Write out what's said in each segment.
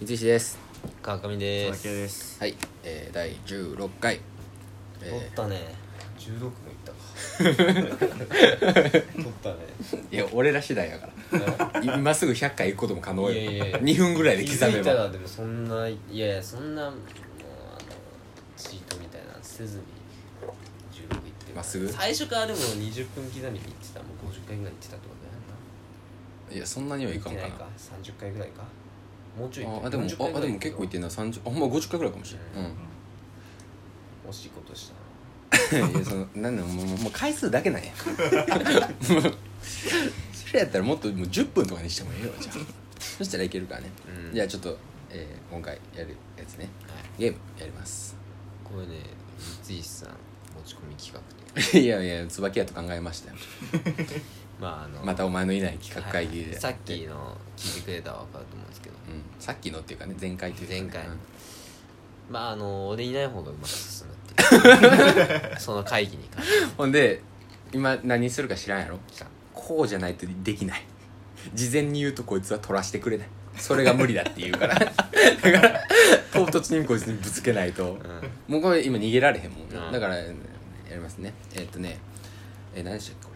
三石です川上で田す中ですはい、えー、第16回、取っえたね16もいったか 取ったねー、いや俺ら次第やから今すぐ100回行くことも可能よいやいやいや2分ぐらいで刻気づめいたばらでもそんないやいやそんなもうあのチートみたいなのせずに16いってるまっすぐ最初からでも20分刻みでいってたらもう50回ぐらいいってたってことだよいやそんなにはいいっかんてかなないか30回ぐらいかもうちょい行ってああでも40回ぐあらでいも結構いってんな30あほんま50回ぐらいかもしれない、うん惜しいことしたないやそのなん だもうもうもう回数だけなんや もうそれやったらもっともう10分とかにしてもええよじゃあそしたらいけるからね、うんじゃあちょっと、えー今回やるやつねはいゲームやります これね三石さん持ち込み企画でいやいや椿屋と考えましたよまああのまたお前のいない企画会議で、はいさっきの聞いてくれたら分かると思うんですけどうん、さっきのっていうかね前回というかね前回うんまああの俺いない方がうまく進むっ ていうその会議に関してほんで今何するか知らんやろさこうじゃないとできない事前に言うとこいつは取らしてくれないそれが無理だって言う からだから唐突にこいつにぶつけないとうもうこれ今逃げられへんもんな、うんだからやりますねえっとねえ何でしたっけこ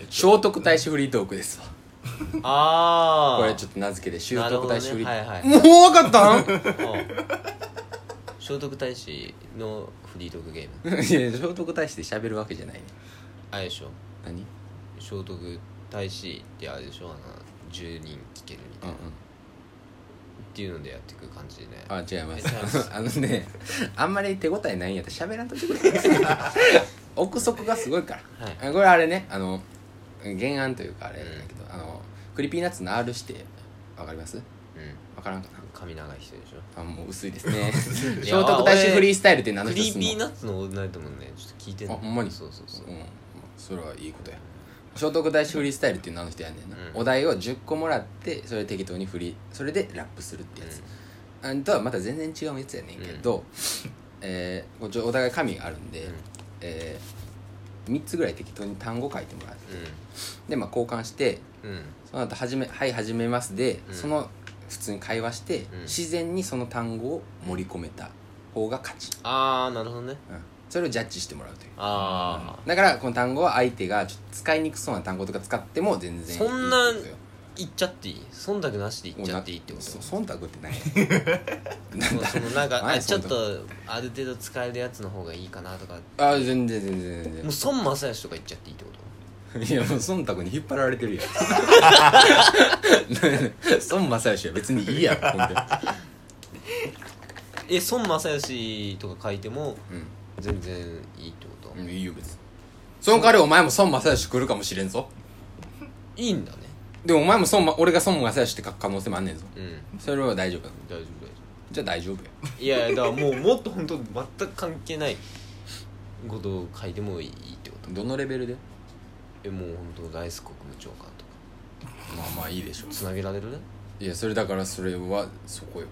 れ聖徳太子フリートークですわ んああこれちょっと名付けで聖徳太子フリートなるーほどねはいはク、もいう分かったん聖徳太子のフリートークゲーム いや聖徳太子で喋るわけじゃないねあれでしょ何聖徳太子ってあれでしょあの10人聞けるみたういんうな、んっ、ていうのでやっていく感じでねあ違いまえ違いま すあのねあんまり手応えないんやったら喋らんとってくれ 憶測がすごいから、はいあこれあれねあの原案というかあれなんだけど、あのクリーピーナッツの R してわかりますうんわからんかな髪長い人で しょあもう薄いですね い聖や徳太子フリースタイルって何のク人リすーんのピーナッツのオールナイトもねちょっと聞いてんのあほんまにそうそうそううん、それはいいことや聖徳太子フリースタイルっていうのあの人やんねんな、うんお題を10個もらってそれ適当に振りそれでラップするってやつ、あんとはまた全然違うやつやねんけど、 えーこっちお互い紙があるんで、うんえ3つぐらい適当に単語書いてもらってうで、まあ、交換してんうんその後はじめはい始めます」で、うんその普通に会話して、うん自然にその単語を盛り込めた方が勝ち、ああなるほどねうんそれをジャッジしてもらうというああだからこの単語は相手がちょっと使いにくそうな単語とか使っても全然いいそんっなてことよ言っちゃっていい忖度なしで言っちゃっていいってことそそう忖度って ないうそのなんかはいあちょっと忖ある程度使えるやつの方がいいかなとかもあー全然全然全う孫正義とか言っちゃっていいってこと然いやもう忖度に引っ張られて るやん 孫正義は別にいいやろほんでえ孫正義とか書いてもう全然いいってこと、ん、うん、いいよ別にその代わりお前も孫正義来るかもしれんぞいいんだねでもお前も孫ま俺が孫正義って書く可能性もあんねんぞうんそれは大丈夫だ大丈夫大丈じゃあ大丈夫や夫 いやいやだからもうもっと本当全く関係ないことを書いてもいいってことどのレベルでえもう本当ライス国務長官とかまあまあいいでしょつなげられるねいやそれだからそれはそこよ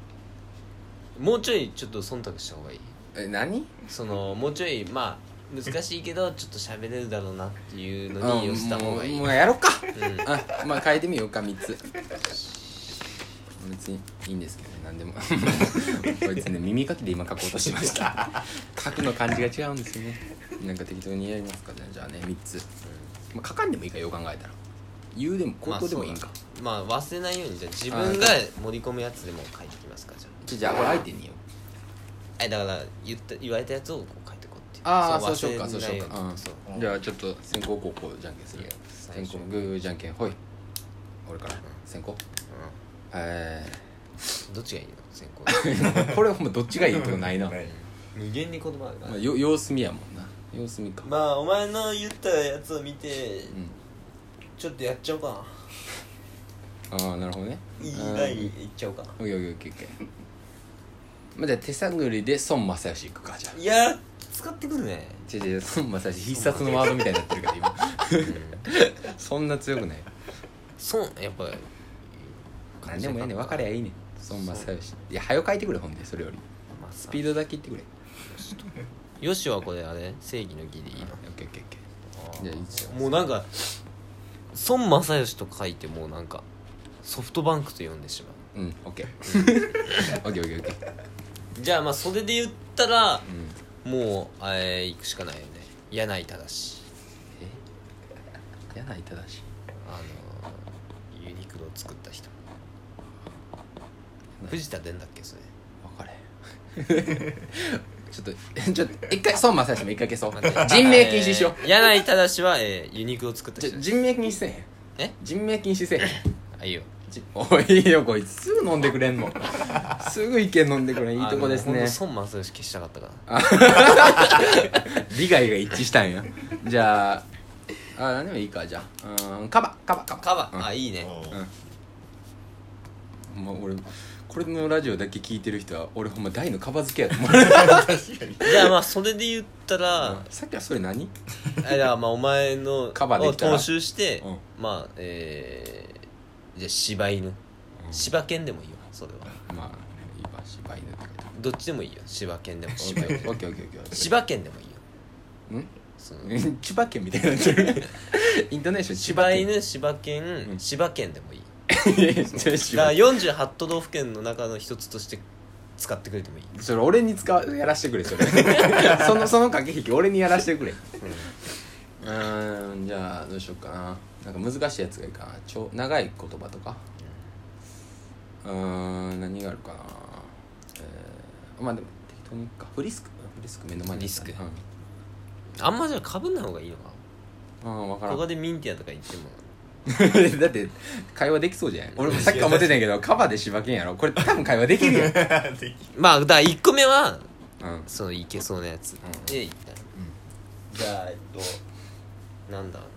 もうちょいちょっと忖度した方がいいえ何そのもうちょいまあ難しいけどちょっと喋れるだろうなっていうのに寄せた方がいい、もううもんうやろうかあまあ変えてみようか3つ別にいいんですけどね何でも こいつね耳かきで今書こうとしました書くの漢字が違うんですよねなんか適当にやりますかねじゃあね3つ、まあ、書かんでもいいかよう考えたら言うでも口頭でもいいんか、まあ忘れないようにじゃあ自分が盛り込むやつでも書いてきますかじゃちょじゃあこれ相手に言おうあはいだから言った言われたやつをこう書いてこうっていああそうし忘よれうなかいそうしようよか、にうんそうじゃあちょっと先行後攻じゃんけんするいや最先初行グーじゃんけんほい俺から先行えうんどっちがいいの先行ー、 これほんまどっちがいいとかないな、無限に言葉あるかまらあ、よ様子見やもんな様子見か、まあお前の言ったやつを見てうんちょっとやっちゃおうかああなるほどねないうんいっちゃおうかオッケーオッケーオッケーオッケーまあじゃあ手探りで孫正義いくかじゃいや使ってくるねあ違う違う孫正義必殺のワードみたいになってるから 今そんな強くないそうやっぱ何でもええねん分かりゃいいねん孫正義いや早よ書いてくれほんでそれよりまあススピーピドだけ言ってくれよしはこれあれ正義の義でいいオッケーオッケーオッケーじゃあいいっすよのもうなんか孫正義と書いてもうなんかソフトバンクと呼んでしまううんオッケー オッケーオッケーオッケーじゃあまあそれで言ったらうんもうあれ行くしかないよね柳井正え柳井正しあのユニクロを作った人藤田伝だっけそれ分かれ ちょっとえちょっと一回孫正義も一回消そう待っ て人名禁止しよえー柳井正は、えーユニクロを作ったうち人ょ人名禁止せえへんえ人名禁止 せえへんあいいよじおいいいよこいつすぐ飲んでくれんのすぐ意見飲んでくれんいいとこですあねのほんと孫正義消したかったから利害が一致したんやじゃああ何でもいいかじゃあうんカバカバカバカバうんあいいねううんんまあ俺これのラジオだけ聞いてる人は俺ほんま大のカバ好きやと 思う確かにじゃあまあそれで言ったらさっきはそれ何えだからまあお前のカバーでをきたら踏襲して、うんまあえー、じゃあ柴犬柴犬でもいいよそれはまあ今柴犬って書いてあどっちでもいいよ柴犬でもる柴オ犬ッケーオッケーオッケーオッケー柴犬でもいいよんそのうん千葉県みたいになってるイントネーション千葉柴県犬柴犬、うん柴犬でもいいだから犬48都道府県の中の一つとして使ってくれてもいい、それ俺に使わやらしてくれ それそのその駆け引き俺にやらしてくれうーんじゃあどうしようかななんか難しいやつがいいかなちょ長い言葉とかうーん何があるかなえー、まあでも適当にいくかフリスクフリスク目の前にあったねフリスあんまじゃかぶんない方がいいのかうん、うん、分かならこんこでミンティアとか言っても だって会話できそうじゃない俺 もさっきから思ってたんやけどカバで柴犬やろこれ多分会話できるやん、うん、まあだから1個目はうんそのいけそうなやつ、んでいったじゃあえっとなんだろうね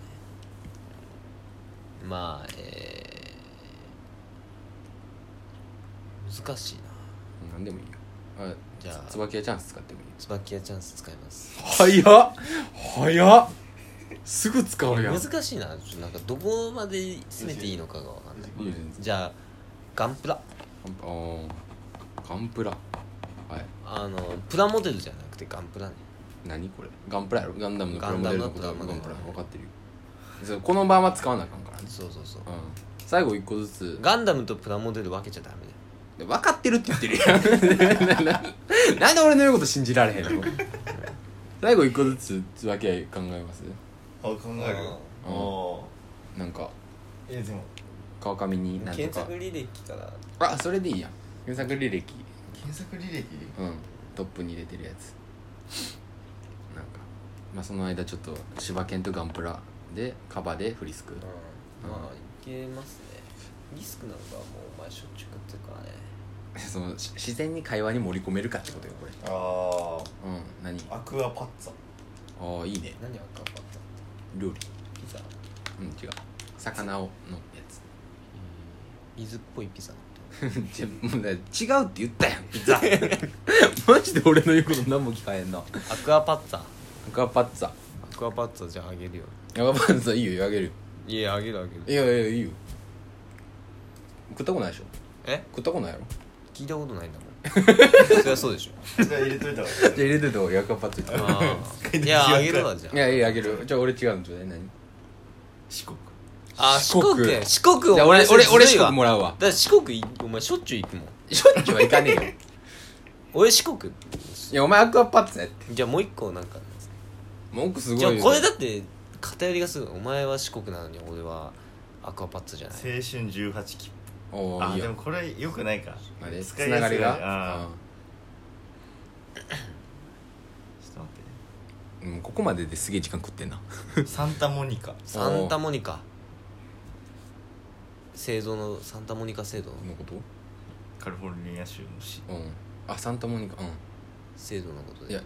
まあえー、難しいな何でもいいよあじゃあ椿はチャンス使ってもいい椿屋チャンス使います早っ早っすぐ使うやん難しいなちょっとなんかどこまで詰めていいのかがわかんないいいよ全然じゃあガンプラあーガンプラはいあのプラモデルじゃなくてガンプラね何これガンプラやろガンダムのプラモデルのことガガンンダムのププララモデル分かってるよそうこの版は使わなあかんからねそうそうそううん最後一個ずつガンダムとプラモデル分けちゃダメだよ分かってるって言ってるやん ななんで俺の言うこと信じられへんの最後一個ずつ分け考えますあ考えるうんあなんかあいやでも川上に何と検か索履歴からあそれでいいやん検索履歴検索履歴うんトップに入れてるやつなんかまあその間ちょっと柴犬とガンプラでカバでフリスクうんまあいけますねリスクなんかはもうお前しょっちゅう食ってるからねそのし自然に会話に盛り込めるかってことよこれあうん何あアクアパッツァああいいね何赤かった料理ピザうん違う魚をのやつ水っぽいピザ じゃもうね違うって言ったやんピザ マジで俺の言うこと何も聞かへんなアクアパッツァアクアパッツァアアクアパッツァじゃああげるよクアパッツァいいよあげるよいやあげるあげいやいやいいよ食ったことないでしょえ食ったことないやろ聞いたことないんだもん そりゃそうでしょじゃあ入れといた らじゃあ入れてとアクアパッツァああい やあげるわじゃいやいやあげるじゃあ俺違うんじゃない何四国ああ四国四国四国じゃあお俺前俺俺ず四るいわ国もらうわだから四国いお前しょっちゅう行くもんしょっちゅうはいかねえよ俺四国いやお前アクアパッツァやってじゃあもう一個なんか文句すごいじゃよあこれだって偏りがすごいお前は四国なのに俺はアクアパッツァじゃない青春18切符おあーいいでよもこれよくないかあれつ使いなやがすりいがああちょっと待うんうんここまでですげえ時間食ってんなってねサンタモニカサンタモニカ製造のサンタモニカ製造ののことカリフォルニア州の市うんあサンタモニカう製造のことんいでや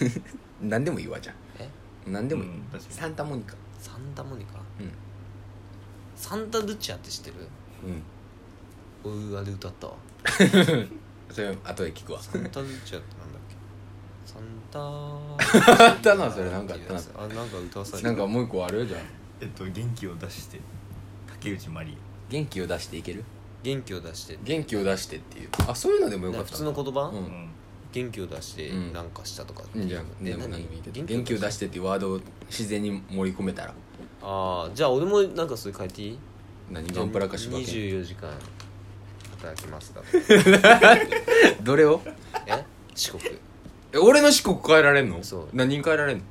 何でもいいわじゃえあ何でもいい、うん確かにサンタモニカサンタモニカうんサンタルチアって知ってるうん俺あれ歌ったわそれ後で聞くわサンタルチアってなんだっけサンタあったなそれなんかあったなあなんか歌わされなんるかもう一個あるよじゃあえっと元気を出して竹内まり元気を出していける元気を出して元気を出してっていうあそういうのでもよかなっ普た通の言う葉やうんん元気を出してうんなんかしたとかうんじゃあえでも何でもいいけど何元気を出ししてっていうワードを自然に盛り込めたらああじゃあ俺もなんかそれ変えていい何ガンプラか柴犬24時間働きま すだどれをえ四国え俺の四国変えられんのそう何人変えられんの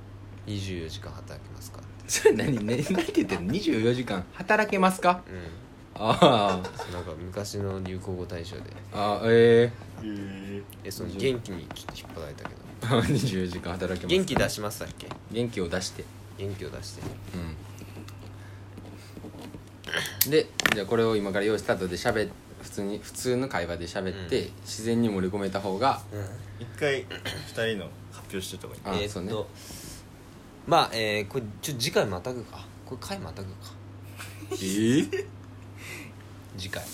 24時間働きますか それ何何何て言ってんの24時間働けますからうんあーそうなんか昔の流行語大賞であーえええその元気にちょっと引っ張られたけどえー、24時間働けます元気出しますだっけ元気を出して元気を出してうんでじゃあこれを今から用意スタートで喋っ普通に普通の会話で喋って、うん自然に盛り込めた方がう一回二人の発表してた方がいいあんえそうーっねとまあえーこれちょ次回またぐかこれ回またぐかえー、次回うん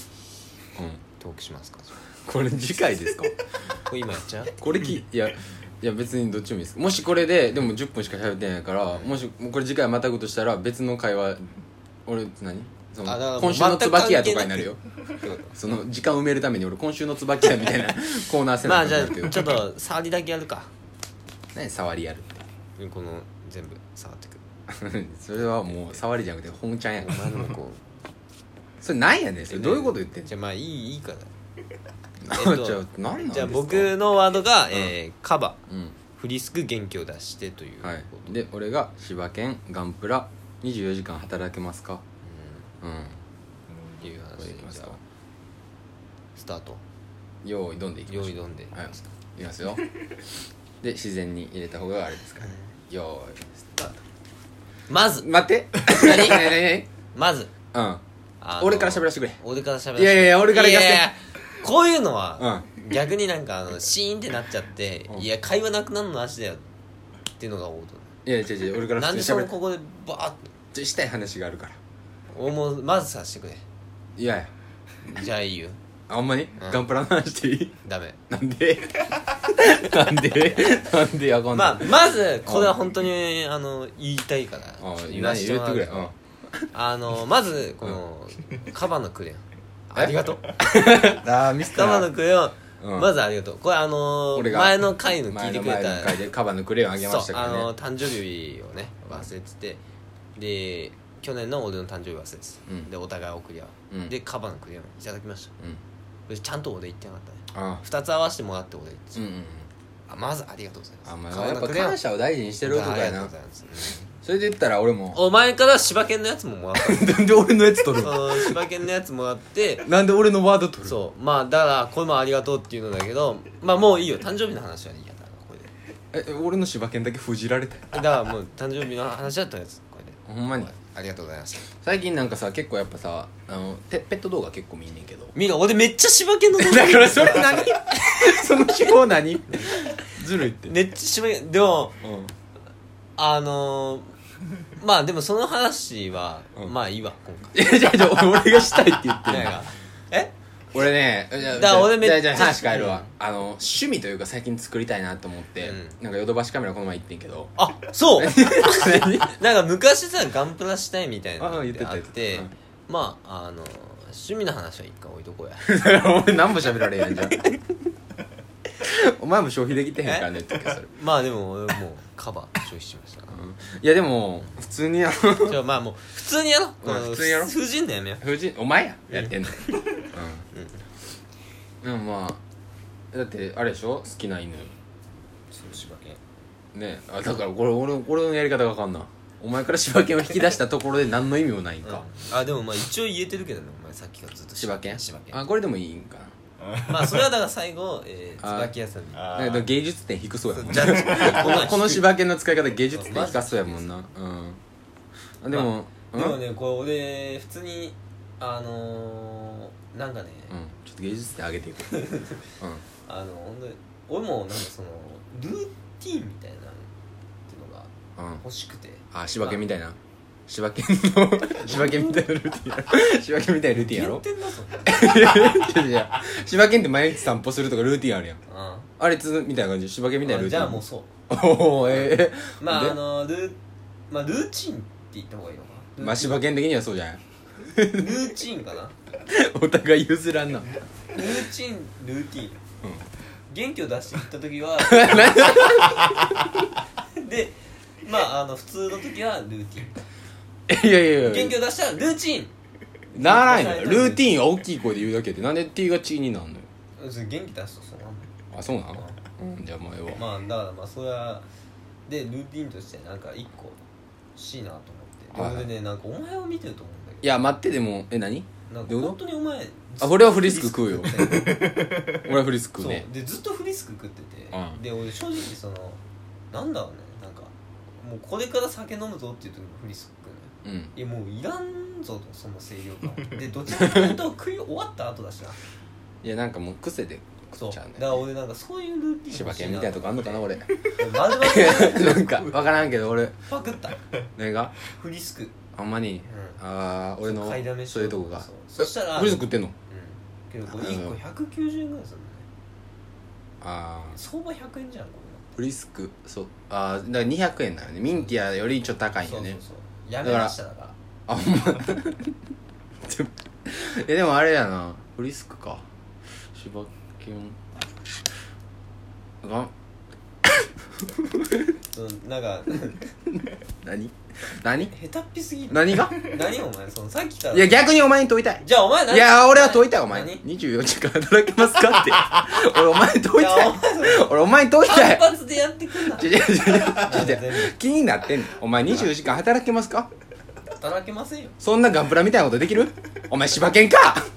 トークしますかじゃこれ次回ですかあ これ今やっちゃうこれきいやいや別にどっちもいいですもしこれででも10分しか喋ってないからもしもうこれ次回またぐとしたら別の会話俺何そあだからのもう今週の椿屋とか全く関係なくになるよってこその時間埋めるために俺今週の椿屋みたいなコーナーとせ まなあきじゃ ゃなってるあちょっと触りだけやるか何触りやるってうんこの全部触ってく それはもう触りじゃなくて本ちゃんやんお前のもこ それなんやねんそれうどういうこと言ってんのじゃあまあいいいい からなえっとじゃあ何なんですかじゃあ僕のワードが、えーカバうんフリスク元気を出してということ、はいで俺が柴犬ガンプラ24時間働けますかうんうん、いう話これでいきますじゃかあスタート用意どんでいきま用しょ意うどんで、はいいきます よで自然に入れた方があれですから用意スタートまず待って 何何まず何うんあの俺から喋らせてくれ俺から喋らせていやいやいや俺から行かせていやいやいやこういうのは、う逆になんかあのシーンってなっちゃって、うんいや会話なくなるのなしだよっていうのが王道いや違う違う俺からなん普で通そにの喋ここでバーッってしたい話があるからともうまずさしてくれいやいやじゃあいいよあほんまにうんガンプラの話していいダメなんでなんでなんでやかんまあない、まずこれは本当にあの言いたいからあ言言わわせせててもらくうれけうどんあのまずこのカバのクレヨンありがとうあーミスカバのクレヨンうんまずありがとうこれあの俺が前の回の聞いてくれ前の前のた回でカバーのクレヨンあげましそたうかあらねの誕生日をね忘れててで去年の俺の誕生日忘れててうんでお互い送り合ううんでカバのクレヨンいただきましたうんでちゃんとお礼言ってなかったねあ2つ合わせてもらってお礼言ってーうんうんうんあまずありがとうございますあまカあバやっのぱクレヨン感謝を大事にしてる男ありやがとうなございますうんそれで言ったら俺もお前から柴犬のやつももらった のなんで俺のやつ取その柴犬のやつもらってなんで俺のワード取うそうまあだからこれもありがとうっていうのだけどまあもういいよ誕生日の話はいいやだからこれでえ俺の柴犬だけ封じられただからもう誕生日の話だったやつこれでほんまにありがとうございました最近なんかさ結構やっぱさあのてペット動画結構見んねんけどみんな俺めっちゃ柴犬 の動画だからそれ何 その手法何 ずるい ってめっちゃ柴犬でもうんあのー、まあでもその話は、うんまあいいわ今回いやじゃあじゃあ俺がしたいって言ってんの なんかえ俺ねじゃあだから俺めっじゃあじゃあちゃ話変えるわ、あの趣味というか最近作りたいなと思って、うんなんかヨドバシカメラこの前行ってんけどあそう何なんか昔さガンプラしたいみたいなのあっ言っててたあっ言っててたうんまああの趣味の話は一回置いとこうやだから俺何も喋られへんやんじゃんお前も消費できてへんからねって言うけどそれ、まあでも俺もうカバー消 費しましたかうんいやでも普通にあのらじゃあまあもう普通にやろううん普通にやろう通じんのやめよ夫人お前ややってんのうん、でもまあだってあれでしょ好きな犬そう柴犬ねあだからこれ俺俺のやり方が分かんないお前から柴犬を引き出したところで何の意味もないんか、あでもまあ一応言えてるけどねお前さっきからずっと柴犬柴犬あこれでもいいんかなまあそれはだから最後、えー、あー椿屋さんにあなんか芸術点低そうやもんジャッジこの この 柴犬の使い方芸術点低そうやもんなうんでも、うんでもねこれ俺普通にあのー、なんかね、うんちょっと芸術点上げていこ う、うん、あの本当に俺もなんかそのルーティンみたいなのっていうのがうん、欲しくてあ柴犬みたいな柴犬の 柴犬みたいなルーティンやろ柴犬みたいなルーティンや言ろってんだぞ違う違う柴犬って毎日散歩するとかルーティンあるやんああれつみたいな感じ柴犬みたいなルーじティンゃあもうそう おおええまでああのルーまあルーチンって言った方がいいのかなまあ柴犬的にはそうじゃないルーチンかなお互い譲らんな ルーチンルーティンうん元気を出していった時は でまああの普通の時はルーティンいやいやいや元気を出したらルーチンならないのよルーティンは大きい声で言うだけでなんで T がチーになんのよ元気出すとそうなんだよあそうなの、じゃあお前は、まあだからまあそれはでルーティンとしてなんか一個欲しいなと思はいってはい俺ねなんかお前を見てると思うんだいけや待ってでもえ何どなんかどういうこ本当にお前あ俺はフリスク食うよずっとフリスク食って俺はフリスクそう ねでずっとフリスク食ってて、うんで俺正直そのなんだろうねなんかもうこれから酒飲むぞっていう時もフリスク食うのようんいやもういらんぞとその清涼感でどちらかというと食い終わった後 だしないやなんかもう癖でそ食うっちだゃうかねら俺なんかそういうルーティン柴犬みたいなとこあんのかな俺 まるまなんか分からんけど俺パクった何がフリスクあんまにうああ俺の買いだめしそういうとこがそうそしたらえフリスク食ってんのん、うん、けどこれ1個190円ぐらいするのねああ相場100円じゃんこフリスクそうああだから200円なのねミンティアよりちょっと高れいんよねそうそうそうやめましただからあほんま ちょえでもあれやなフリスクか柴犬がうんなんか 何何下手っぴすぎる何が何お前そのさっきからいや逆にお前に問い たいじゃあお前何いや俺は問いたいお前何に24時間働けますか って俺お前に問いたいやお前それ 俺お前に問いた 単い発でやってくんな違う違う違う違う違う全気になってんのお前24時間働けますか部働けませんよそんなガンプラみたいなことでき るお前柴犬か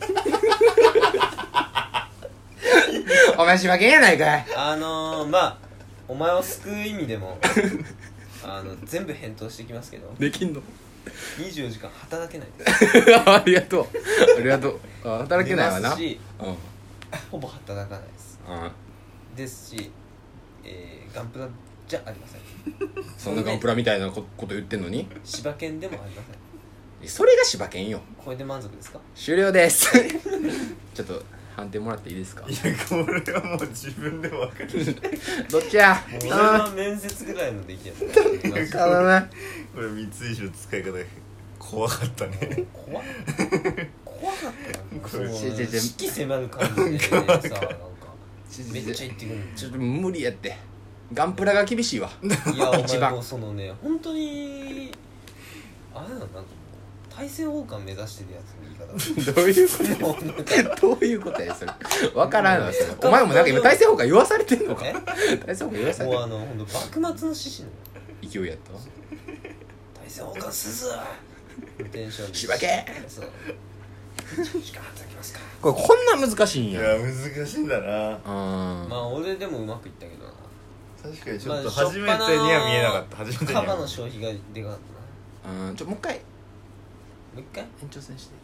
お前柴犬やないかいあのー、まあお前を救う意味でもあの全部返答してきますけどできんの24時間働けないです ありがとうありがとうあ働けないわ寝まなすしうんほぼ働かないですうんですし、えー、ガンプラじゃありませんそんなガンプラみたいなここと言ってんのに柴犬でもありませんそれが柴犬よこれで満足ですか終了です ちょっと判定もらっていいですかこれはもう自分で分かるどっちや俺あは面接ぐらいのできるー頼むこれ三井氏の使い方怖かったね怖っ怖かったなこれそちうょちょちょ四季迫る感じでさなんかめっちゃ言ってくるちょっと無理やってガンプラが厳しい わいやお一前番もうそのね本当にあれだななんかもう大政奉還目指してるやつの言いどういうこ方もうなんかと どういうことやそれ分からんわそれお前もなんか今大政奉還言わされてん のかね大政奉還言わされもてうんあの本当幕末の獅子のの勢いやったわ大政奉還すずテンションで柴犬そう24時間働きますかこれこんな難しいんいやや難しいんだなうんまあ俺でもうまくいったけどな確かにちょっまあと初めてには見えなかった初めてにカバはの消費がでかかったなうんちょもう一回もう一回延長戦してい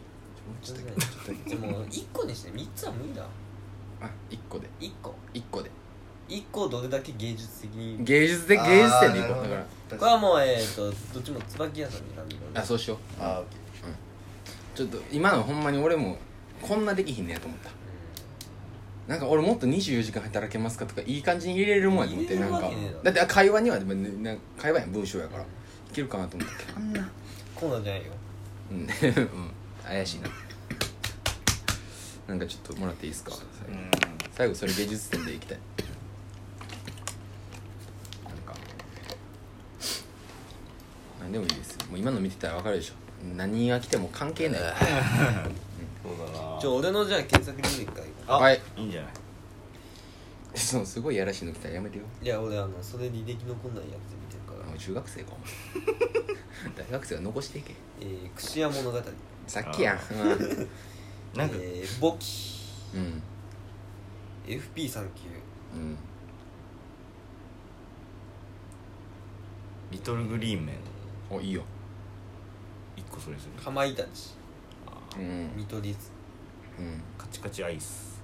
いちょもうちょっとだけちょっとだけでも1個にして3つは無理だあ一1個で1個1個で1個どれだけ芸術的に芸術で芸術点でいこうだからだこれはもうえっ、ー、とどっちも椿屋さんに選んでるあそうしようあちょっと今のほんまに俺もこんなできひんねやと思ったなんか俺もっと24時間働けますかとかいい感じに入れれるもんやと思って入なれるんわかけねえだろだってあ会話にはでもねなんか会話やん文章やからういんけるかなと思ったけどあんなコーナーじゃないようんうん怪しいななんかちょっともらっていいですかう最後ん最後それ芸術点でいきたいなんか何でもいいですよもう今の見てたら分かるでしょ何が来ても関係ないそうだなちょ俺のじゃあ検索履歴からいこうあはいいいんじゃないそのすごいやらしいの来たらやめてよいや俺あのそれ履歴残んないやつ見てるからもう中学生か お前大学生は残していけえー、串屋物語さっきやんあうんなんかえー、簿記うん FP39 うんリトルグリーンメンおいいよ一個それするかまいたちうんうん見取り図カチカチアイス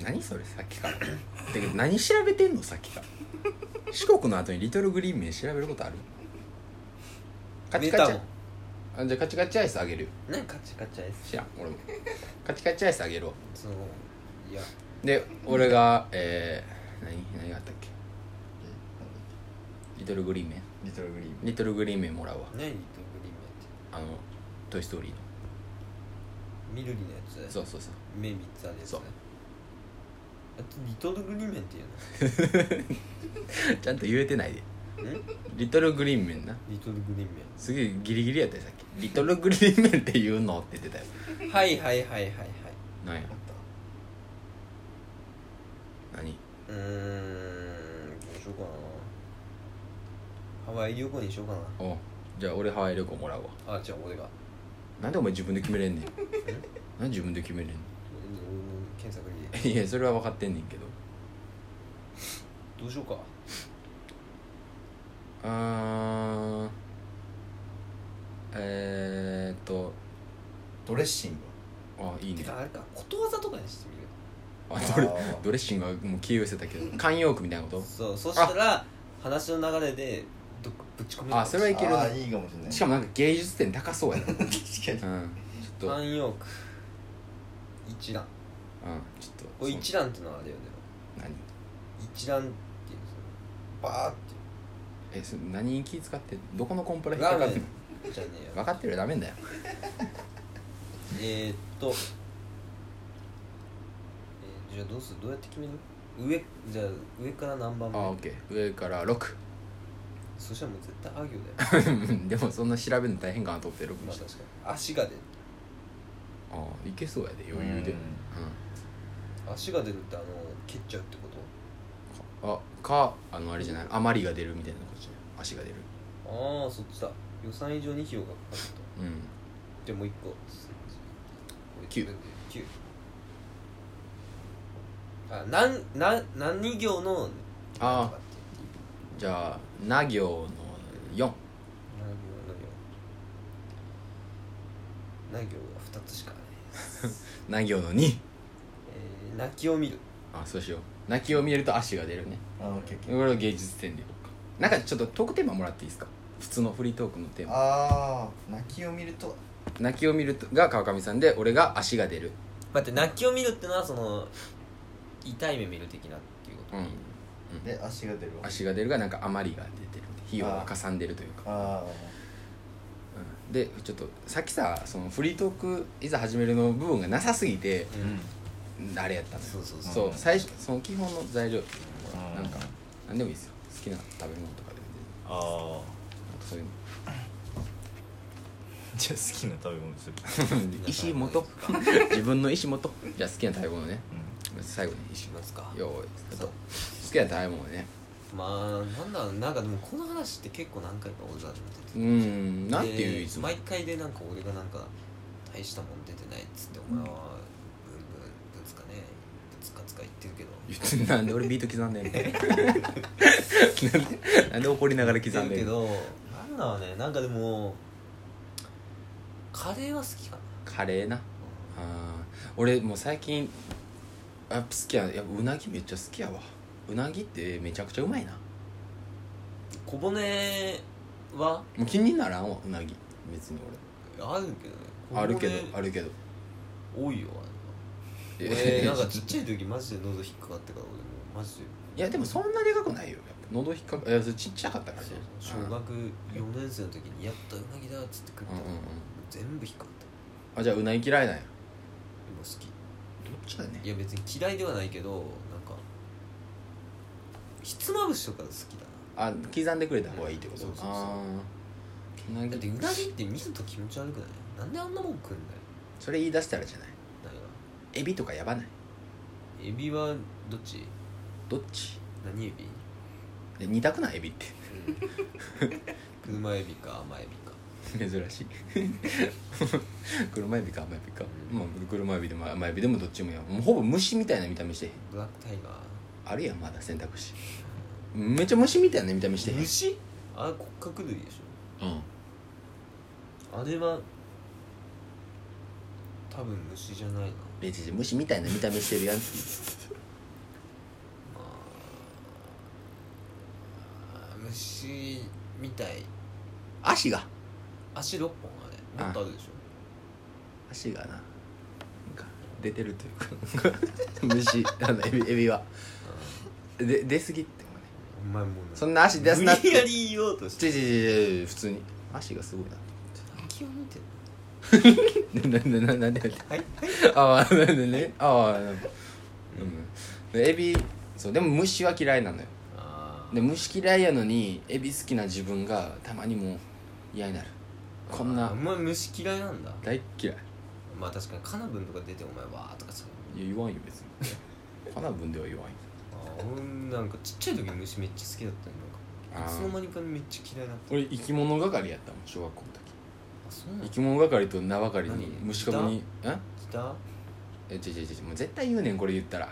何それさっきからだけど何調べてんのさっき から四国の後にリトルグリーン名調べることあるカチカチメあじゃあカチカチアイスあげるよタモンねカチカチアイス知らん俺もカチカチアイスあげるわそのいやで俺がえー、何何があったっけリトルグリーン名リトルグリーンリトルグリーン名もらうわ何リトルグリーンメンってあの「トイ・ストーリー」の緑のやつだよそうそうそう目3つあるやつそねうあとリトルグリーンメンっていうのちゃんと言えてないで リトルグリーンメンなリトルグリーンメンすげえギリギリやったよさっきリトルグリーンメンって言うのって言ってたよはいはいはいはいはいなんやあっ何たうーんどうしようかなハワイ旅行にしようかおじゃあ俺ハワイ旅行もらうわなあじゃあ俺がなんでお前自分で決めれんね んなんで自分で決めれん ねうん検索でんいやそれは分かってんねんけどどうしようかあーえー、っとドレッシングあいいてねかあれかことわざとかにしてみるあドレあードレッシングはもう気を寄せたけど慣用句みたいなことそうそしたら話の流れでどっかぶち込めるあそれはいけるなあーいいかもしれないしかもなんか芸術点高そうやなうんちょっ確かとう ん慣用句一覧ちょっとこれ一覧ってのはあれよね何一覧っていうのそのバーっえそれ何に気使ってどこのコンプラて引っかラかってーメんのンじゃねえ分よかってるよダメんだよえー、っと、えー、じゃあどうするどうやって決める上じゃあ上から何番あー目オッケー上から6そしたらもう絶対あ行だよ でもそんな調べるの大変かなと思って6まにあ確しかたに足が出るああいけそうやで余裕でううんん足が出るってあの蹴っちゃうってことあかあのあれじゃない余りが出るみたいなこっち足が出るああそっちだ予算以上に費用がかかるとうんでもう一個九九あなんなん何行のあーなんとかっていうじゃあな行の4何行の行何行が二つしかないな行の2えー、泣きを見るあそうしよう泣きを見ると足が出るねあの結これを芸術点でいこうかなんかちょっとトークテーマもらっていいですか普通のフリートークのテーマああ泣きを見ると泣きを見るとが川上さんで俺が足が出る待って泣きを見るってのはその痛い目見る的なっていうこと、うんで足が出るわ足が出るがなんか余りが出てる費用がかさんでるというかあうんでちょっとさっきさそのフリートークいざ始めるの部分がなさすぎてあうあれやったのよそうそうそうそううん最初その基本の材料んなんか何でもいいですよ好きな食べ物とかでもああなんかそういうのじゃあ好きな食べ物する石元 自分の石元じゃあ好きな食べ物ね最後にし石元ますかよーいスターそうト好きな食べ物ねまあなんだろうなんかでもこの話って結構何回か俺らに出うてーてんなんてでいういつも毎回でなんか俺がなんか大したもん出てないっつってお前はブンブンぶつかねぶつかつか言ってるけど言って なんで俺ビート刻んでんのなんでなんで怒りながら刻ん言ってでんるけのどなんだろうねなんかでもカレーは好きかな、カレーなあー俺もう最近やっぱ好きやいやうなぎめっちゃ好きやわうなぎってめちゃくちゃうまいな小骨はもう気にならんわうなぎ別にあるけどね小俺骨あるけどあるけど多いよあれはえ俺ーなんかちっちゃい時マジで喉引っかかってから俺もうマジで いやでもそんなでかくないよやっぱ喉引っかかいやそれちっちゃかったからね小学4年生の時に「やったうなぎだ」っつって食ったうんらうんうん全部引っかかったであじゃあうなぎ嫌いなんやも好どっきちだねいや別に嫌いではないけどなんかひつまぶしとか好きだあ刻んでくれた方がいいってことそうそうそうあーうななだってぎうなぎって見ると気持ち悪くないなんであんなもん食うんだよそれ言い出したらじゃない何がエビとかやばないエビはどっちどっち何エビ、で煮たくないエビってうん、 車エビか甘エビか珍しい 車エビか甘エビか、まあ、車エビでも甘エビでもどっちもやもうほぼ虫みたいな見た目してへんブラックタイガーあるやんまだ選択肢めっちゃ虫みたいな見た目してへん虫あれ骨格類でしょうんあれは多分虫じゃないなレジジ虫みたいな見た目してるやんあー虫みたい足が足6本あれもっとあるでしょ足がななんか出てるというか 虫あのエビエビはで出すぎってもねお前もうそんな足出すなっ無理やてり言おうとしちてょちょちょちょ普通に足がすごいな気を見てるななななんでなんではいはいああなんでねああなんかうんエビそうでも虫は嫌いなのよあで虫嫌いやのにエビ好きな自分がたまにもう嫌になるこんなお前虫嫌いなんだ大っ嫌いまあ確かにカナブンとか出てお前わーとかさいや言わんよ別にカナブンでは言わんよあー俺なんかちっちゃい時虫めっちゃ好きだったのなあんかいーつの間にかめっちゃ嫌いになった俺生き物係やったもん小学校のあそうなの時生き物係と名ばかりに何虫かごにえ来たえ違う違う違うもう絶対言うねんこれ言ったら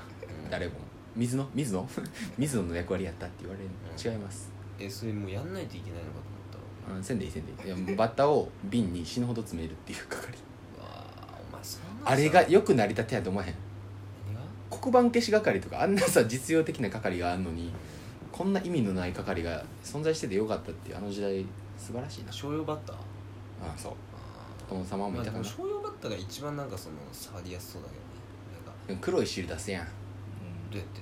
誰も水野水野 水野の役割やったって言われるうんの違いますえそれもうやんないといけないのかと思ったわあせんでいいせんでいいいやもうバッタを瓶に死ぬほど詰めるっていう係うわーお前そんなさあれが良くなりたてやと思わへん何が黒板消し係とかあんなさ実用的な係があんのにこんな意味のない係が存在しててよかったっていうあの時代素晴らしいな商用バッターああそうー殿様もまあいでたかもな商用バッターが一番なんかその触りやすそうだけどねなんか黒い汁出すやんどうやって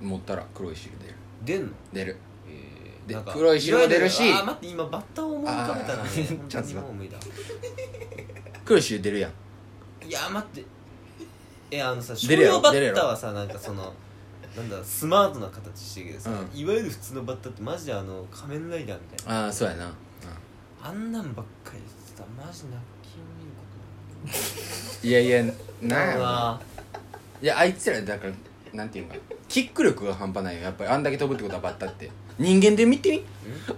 持ったら黒い汁出る出んの出るえで黒い汁も出るしあー待って今バッターを思い浮かべたらねあー本チ当ャンにス今だ思いだ黒い汁出るやんいやー待ってえあのさ商出るや用ろバ出るッやターろはさなんかそのなんだスマートな形してるけどさ、ういわゆる普通のバッターってマジであの仮面ライダーみたいなああそうやな、うんあんなんばっかりさマジ泣き見るこいやいやとなんないやうろわいやあいつらだからなんていうかキック力が半端ないよやっぱりあんだけ飛ぶってことはバッタって人間で見てみ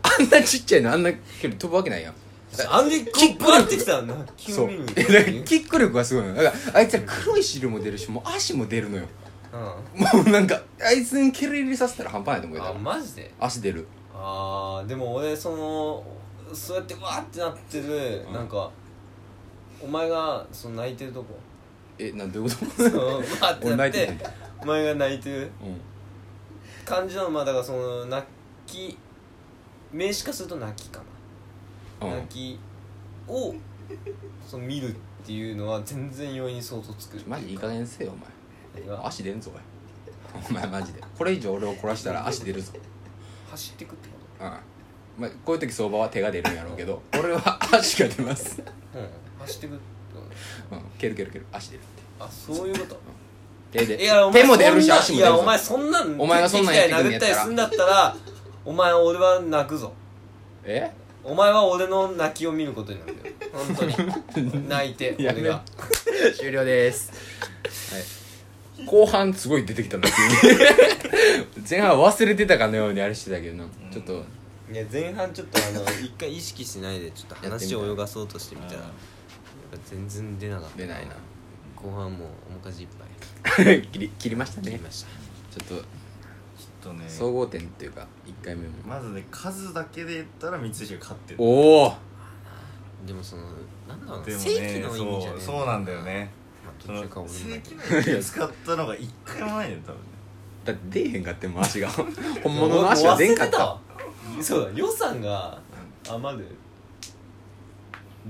あんなちっちゃいのあんな距離飛ぶわけないやんーあんでこキッうクバーってきたら泣きそう見るえだ からキック力がすごいのだからあいつら黒い汁も出るしもう足も出るのようもうなんかあいつに蹴り入れさせたら半端ないと思うんよあ多分マジで足出るあーでも俺そのそうやってわーってなってる、うんなんかお前がその泣いてると こえなんどういうこそとのわーって俺な泣っいててないお前が泣いてるうん感じなのまあだからその泣き名詞化すると泣きかな、うん泣きをその見るっていうのは全然容易に想像つくマジいい加減せえよお何が前足出んぞおいお前マジでこれ以上俺を殺したら足出るぞ走ってくってこうんまあ、こういう時相場は手が出るんやろうけ ど俺は足が出ます、とうん走ってくってうこん、蹴る蹴る蹴る足出るっとあそういうことて手でいやお前手も出るしそんな足も出るいやぞお前そんなんお前がそんなんやってくんね蹴やっったたりらすんだったらお前俺は泣くぞえお前は俺の泣きを見ることになるよ本 当に泣いてや俺めが終了です、はい、後半すごい出てきたな急に 前半忘れてたかのようにあれしてたけどな、ちょっといや前半ちょっとあの一回意識しないでちょっと話を泳がそうとしてみたらあ全然出なかった出ないな後半もう面かじいっぱい 切り切りました切りねましたちょっちょっとねと総合点っていうか1回目もまずね数だけで言ったら三菱が勝ってるおおでもそのなんだろうでも正規ねの意味じゃねそうそうなんだよねまあそ途の中から俺も正泣規けの意味で使ったのが一回もないね多分ねだって出えへんかってもう足 が本もう物の足は出んかっもたう忘れてたわそうだ予算が余る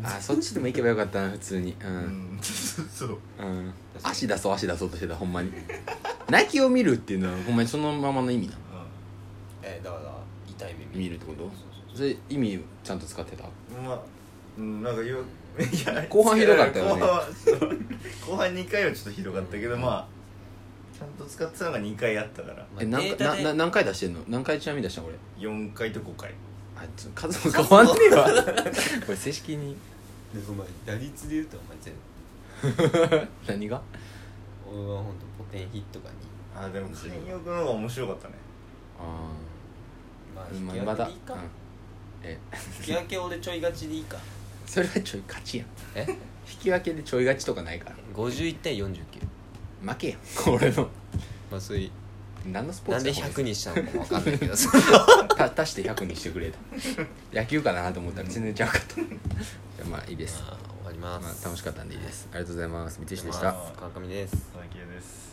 あそっちでも行けばよかったな普通にうん、うんそううん、足出そう足出そうとしてたほんまに泣きを見るっていうのはほんまにそのままの意味なのえだから痛い目見るってことそうそうそうそれ意味ちゃんと使ってたうんまあうんなんかよいや後半ひどかったよね 後半はそう後半2回はちょっとひどかったけどまあちゃんと使ってたのが2回あったからまあえ何デー回タなでな何回出してんの何回ちなみに出したのこれ4回と5回あちょ数も変わんねえわこれ正式にでお前打率で言うとお前全部何が俺は本当ポテンヒットがにあでも寛容君の方が面白かったねあまああ引まきま分けだ、でういんいか、え引き分け俺ちょい勝ちでいいかそれはちょい勝ちやんえ引き分けでちょい勝ちとかないから51対49負けやん俺のまあそういう何のスポーなんツでやこれ100にしたのかも分かんないけどさ た足して100にしてくれと野球かなと思ったら全然ちゃうかったじゃあまあいいです、終わりままあ、す楽しかったんでいいですありがとうございます三で菱でした川上です佐々木です